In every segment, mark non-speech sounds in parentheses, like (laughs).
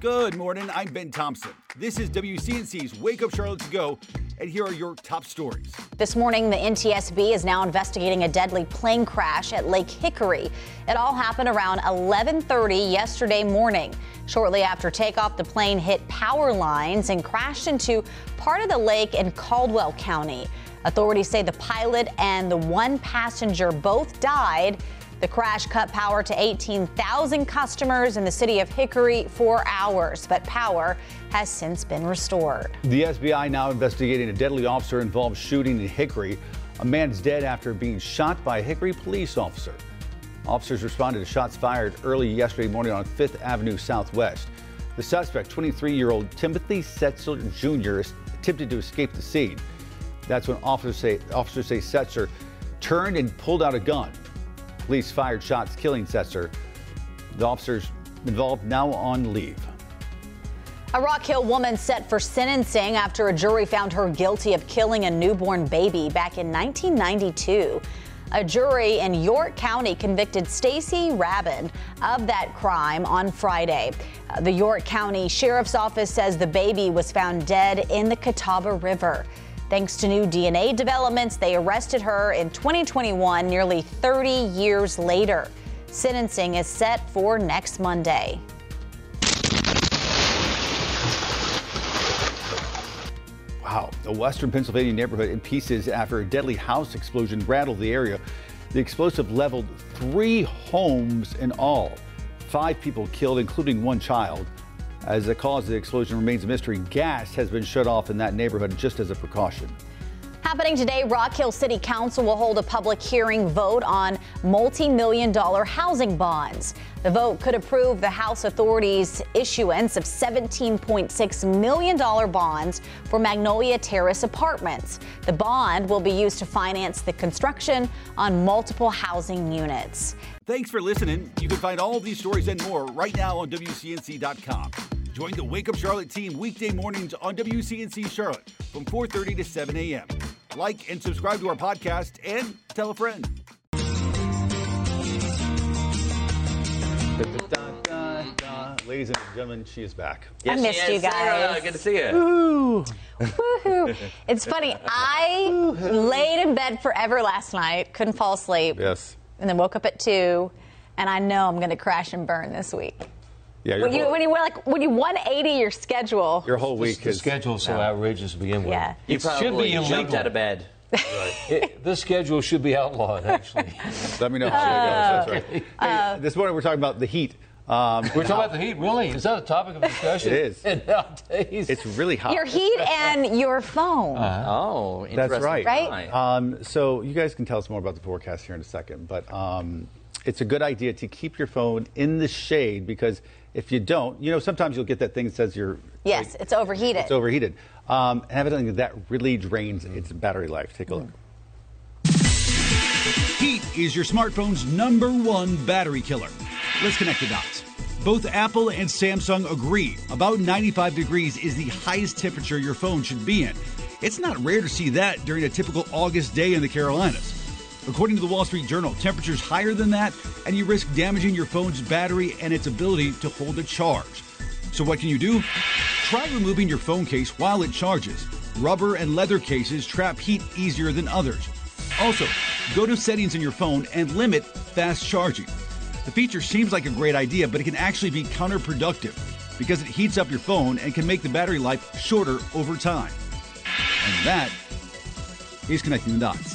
Good morning. I'm Ben Thompson. This is WCNC's Wake Up Charlotte to Go, and here are your top stories. This morning, the NTSB is now investigating a deadly plane crash at Lake Hickory. It all happened around 11:30 yesterday morning. Shortly after takeoff, the plane hit power lines and crashed into part of the lake in Caldwell County. Authorities say the pilot and the one passenger both died. The crash cut power to 18,000 customers in the city of Hickory for hours, but power has since been restored. The SBI now investigating a deadly officer involved shooting in Hickory. A man's dead after being shot by a Hickory police officer. Officers responded to shots fired early yesterday morning on 5th Avenue Southwest. The suspect, 23 year old Timothy Setzer Jr., attempted to escape the scene. That's when officers say, officers say Setzer turned and pulled out a gun. Police fired shots, killing Setzer. The officers involved now on leave. A Rock Hill woman set for sentencing after a jury found her guilty of killing a newborn baby back in 1992. A jury in York County convicted Stacy Rabin of that crime on Friday. Uh, The York County Sheriff's Office says the baby was found dead in the Catawba River. Thanks to new DNA developments, they arrested her in 2021, nearly 30 years later. Sentencing is set for next Monday. Wow. A western Pennsylvania neighborhood in pieces after a deadly house explosion rattled the area. The explosive leveled three homes in all. Five people killed, including one child. As the cause of the explosion remains a mystery, gas has been shut off in that neighborhood just as a precaution. Happening today, Rock Hill City Council will hold a public hearing vote on multi million dollar housing bonds. The vote could approve the House authorities' issuance of $17.6 million bonds for Magnolia Terrace apartments. The bond will be used to finance the construction on multiple housing units. Thanks for listening. You can find all these stories and more right now on WCNC.com. Join the Wake Up Charlotte team weekday mornings on WCNC Charlotte from 4:30 to 7 a.m. Like and subscribe to our podcast and tell a friend. Ladies and gentlemen, she is back. I she missed you is. Sarah, guys. Good to see you. Woohoo. It's funny. (laughs) I laid in bed forever last night, couldn't fall asleep. Yes. And then woke up at two, and I know I'm going to crash and burn this week. Yeah, your When you whole, when you like when you 180 your schedule. your whole week The is schedule's so outrageous to begin with. Yeah. You It should probably be jumped illegal. out of bed. It- this schedule should be (laughs) outlawed, actually. Let me know how it goes. That's right. Uh, Hey, this morning we're talking about the heat. Um, We're talking about the heat, really? Is that a topic of discussion? It is. (laughs) And nowadays, it's really hot. Your heat and your phone. Uh-huh. Oh, interesting. That's right. Right? time. Um, so you guys can tell us more about the forecast here in a second, but um, it's a good idea to keep your phone in the shade because if you don't, you know, sometimes you'll get that thing that says you're yes, it's overheated. it's overheated. Um, and evidently that really drains its battery life. Take a look. Heat is your smartphone's number one battery killer. Let's connect the dots. Both Apple and Samsung agree about 95 degrees is the highest temperature your phone should be in. It's not rare to see that during a typical August day in the Carolinas. According to the Wall Street Journal, temperatures higher than that, and you risk damaging your phone's battery and its ability to hold a charge. So, what can you do? Try removing your phone case while it charges. Rubber and leather cases trap heat easier than others. Also, go to settings in your phone and limit fast charging. The feature seems like a great idea, but it can actually be counterproductive because it heats up your phone and can make the battery life shorter over time. And that is connecting the dots.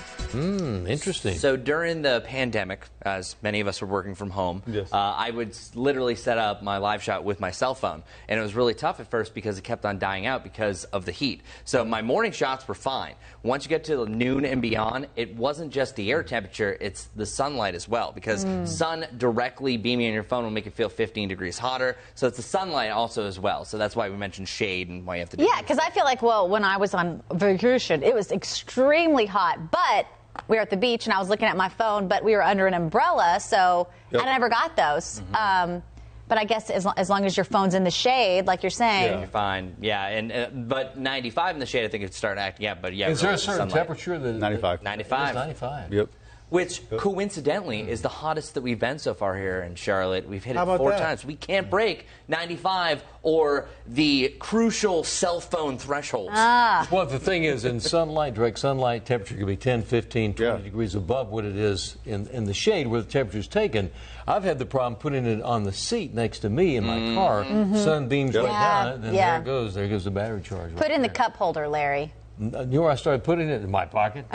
(laughs) interesting. So during the pandemic, as many of us were working from home, Yes. uh, I would s- literally set up my live shot with my cell phone, and it was really tough at first because it kept on dying out because of the heat. So my morning shots were fine. Once you get to noon and beyond, it wasn't just the air temperature; it's the sunlight as well, because sun directly beaming on your phone will make it feel 15 degrees hotter. So it's the sunlight also as well. So that's why we mentioned shade and why you have to. Do yeah, because I feel like well, when I was on vacation, it was extremely hot, but we were at the beach and I was looking at my phone, but we were under an umbrella, so Yep. Mm-hmm. I never got those. Um, but I guess as, lo- as long as your phone's in the shade, like you're saying, You're fine. Yeah, and uh, but 95 in the shade, I think it's starting acting up. But yeah, is there really a certain sunlight. temperature that 95. 95. 95. Yep. which Hmm. coincidentally is the hottest that we've been so far here in Charlotte. We've hit How it about four that? times. We can't Hmm. break 95 or the crucial cell phone thresholds. Ah. Well, the thing is, in sunlight, direct sunlight, temperature could be 10, 15, 20 Yeah. degrees above what it is in, in the shade where the temperature's taken. I've had the problem putting it on the seat next to me in my car. Sun beams right Mm-hmm. Yeah, down it, and yeah. there it goes. There goes the battery charge. Put it in the cup holder, Larry. the. You know where I started putting it? In my pocket.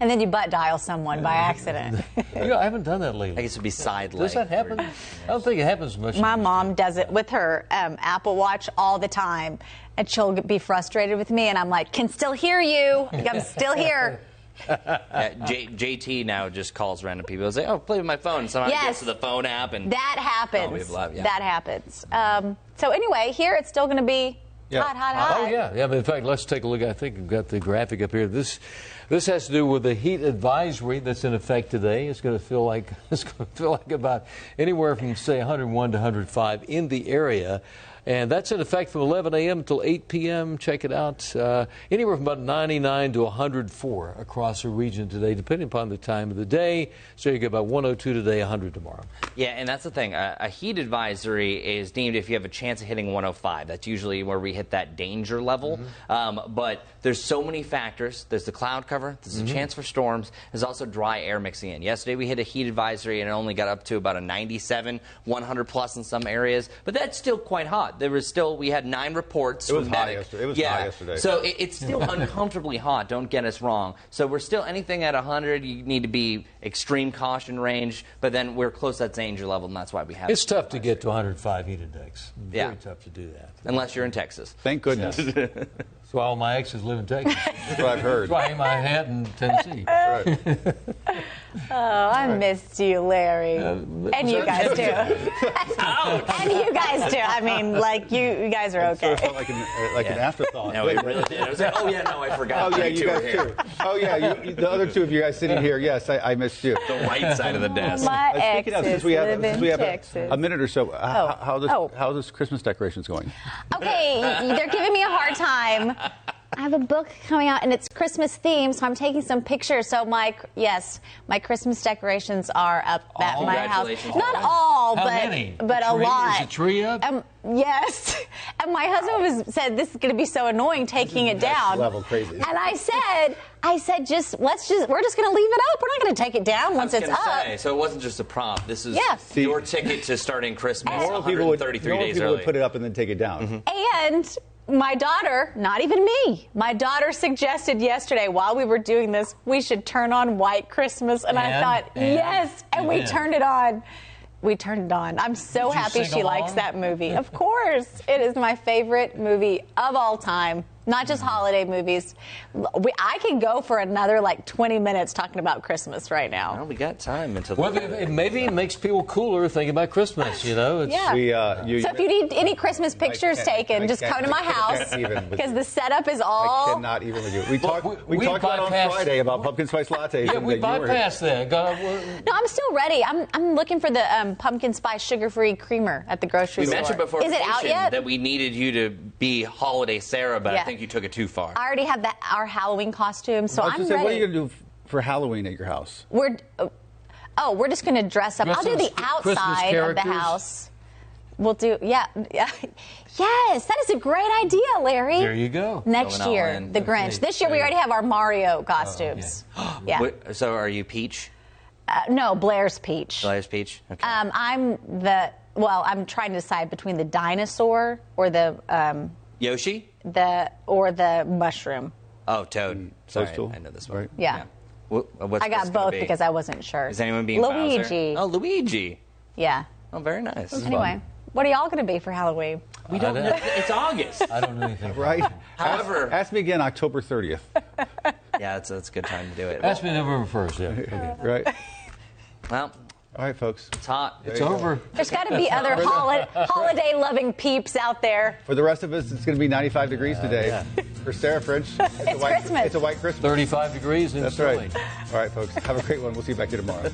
And then you butt dial someone (laughs) by accident. you know, I haven't done that I lately. guess it'd be side Does that happen? I don't think it happens much. My mom does it with her um, Apple Watch all the time, and she'll be frustrated with me, and I'm like, "Can still hear you. I'm still (laughs) here." Uh, J- JT now just calls random people and say, "Oh, play with my phone." Somehow he Yes. gets to the phone app and That Oh, happens. we've loved- yeah. That happens. Um, so anyway, here it's still going to be Yeah. hot, hot, hot. Oh yeah, yeah. but In fact, let's take a look. I think we've got the graphic up here. This, this has to do with the heat advisory that's in effect today. It's going to feel like (laughs) it's going to feel like about anywhere from say 101 to 105 in the area, and that's in effect from 11 a.m. until 8 p.m. Check it out. Uh, anywhere from about 99 to 104 across the region today, depending upon the time of the day. So you get about 102 today, 100 tomorrow. yeah, and that's the thing. A, a heat advisory is deemed if you have a chance of hitting 105. That's usually where we hit that danger level. Um, but there's so many factors. There's the cloud cover. There's a chance for storms. There's also dry air mixing in. Yesterday we hit a heat advisory and it only got up to about a 97, 100 plus in some areas. But that's still quite hot. There was still we had nine reports. It was from hot Medic. yesterday. It was yeah. hot yesterday. So So it, (laughs) it's still uncomfortably hot. Don't get us wrong. So we're still anything at 100. You need to be extreme caution range. But then we're close to that danger level, and that's why we have. It's it. tough to get to 105 heat index. Very Yeah. tough to do that. unless you're in Texas. Thank goodness. That's So all my exes live in Texas. what I've heard. That's why I hang my hat in (laughs) Tennessee. Right. Oh, I missed you, Larry, and you guys too. (laughs) (laughs) and you guys too. I mean, like you, you guys are Sort okay. of felt like an, uh, like an Yeah. afterthought. No, it really did. I was like, oh yeah, no, I forgot. (laughs) Oh yeah, you you two were guys here. too. Oh yeah, you, the other two of you guys sitting here. Yes, I, I missed you. The right side of the desk. My Uh, exes speaking of, since we have, live since in we have a, Texas. a minute or so, uh, how, Oh. how, this, Oh. how this Christmas decorations going? Okay, y- they're giving me a hard time. I have a book coming out and it's Christmas themed, so I'm taking some pictures. So my yes, my Christmas decorations are up at All? my house. Congratulations. Not How all, How but many? but a tree? lot. Is a tree up? Um, yes. (laughs) And my husband was said this is going to be so annoying taking it down. level crazy. And I said, I said just let's just we're just going to leave it up. We're not going to take it down I once was it's gonna up. say, so it wasn't just a prop. This is Yeah. your ticket to starting Christmas. Normal people would, 133 normal days people early. would Mm-hmm. put it up and then take it down. And my daughter, not even me, my daughter suggested yesterday while we were doing this, we should turn on White Christmas. And, I And- thought, and- yes. And we and. turned it on. We turned it on. I'm so Did you happy sing she likes along? that movie. (laughs) Of course. it is my favorite movie of all time. Not just Mm-hmm. holiday movies. We, I could go for another like 20 minutes talking about Christmas right Well, now. we got time until. Well, it, it- maybe it makes people cooler thinking about Christmas. You know, it's, Yeah. We, uh, you, So if you need any Christmas can't- pictures I taken, just can't- come to my I can't house even with because you. the setup is all I cannot even with you. We Well, talked, we, we- we talked about on bypassed- Friday about pumpkin spice lattes. yeah. and We that you were here. bypassed that. God, well, No, I'm still ready. I'm, I'm looking for the um, pumpkin spice sugar-free creamer at the grocery we store. mentioned before Is it out vacation yet? that we needed you to be holiday Sarah, but I Yeah. think you took it too far. I already have that our Halloween costume, so I was I'm just saying, ready. what are you going to do f- for Halloween at your house? We're uh, oh, we're just gonna dress up. Dress I'll do up the as Christmas outside of the characters? house. We'll do yeah, (laughs) yeah. yes. That is a great idea, Larry. There you go. Next Going all year, in. the Grinch. Okay, This year, we there you Oh, already have our Mario (gasps) costumes. yeah. What- so are you Peach? Uh, no, Blair's Peach. Elias Peach? Okay. Um, I'm the well. I'm trying to decide between the dinosaur or the um, Yoshi? the or the mushroom. Oh, Toad. Sorry, Toadstool? I know this one. Right. Yeah. Wh- what's I got this gonna both be? because I wasn't sure. Is anyone being Bowser? Luigi? Oh, Luigi. Yeah. Oh, very nice. Anyway, what are y'all going to be for Halloween? we don't I know. (laughs) It's August. I don't know (laughs) anything. Right? However- ask, ask me again October 30th. yeah, it's, it's a good time to do it. That's been November (laughs) first. Yeah. Okay. Right? Well, All right, folks. it's hot. It's over. There's got (laughs) to be other holi- holiday-loving peeps out there. For the rest of us, it's going to be 95 degrees today. For Sarah French, it's, a It's white, Christmas. It's a white Christmas. Thirty-five degrees and That's it's right. snowing. All right, folks. Have a great one. We'll see you back here tomorrow.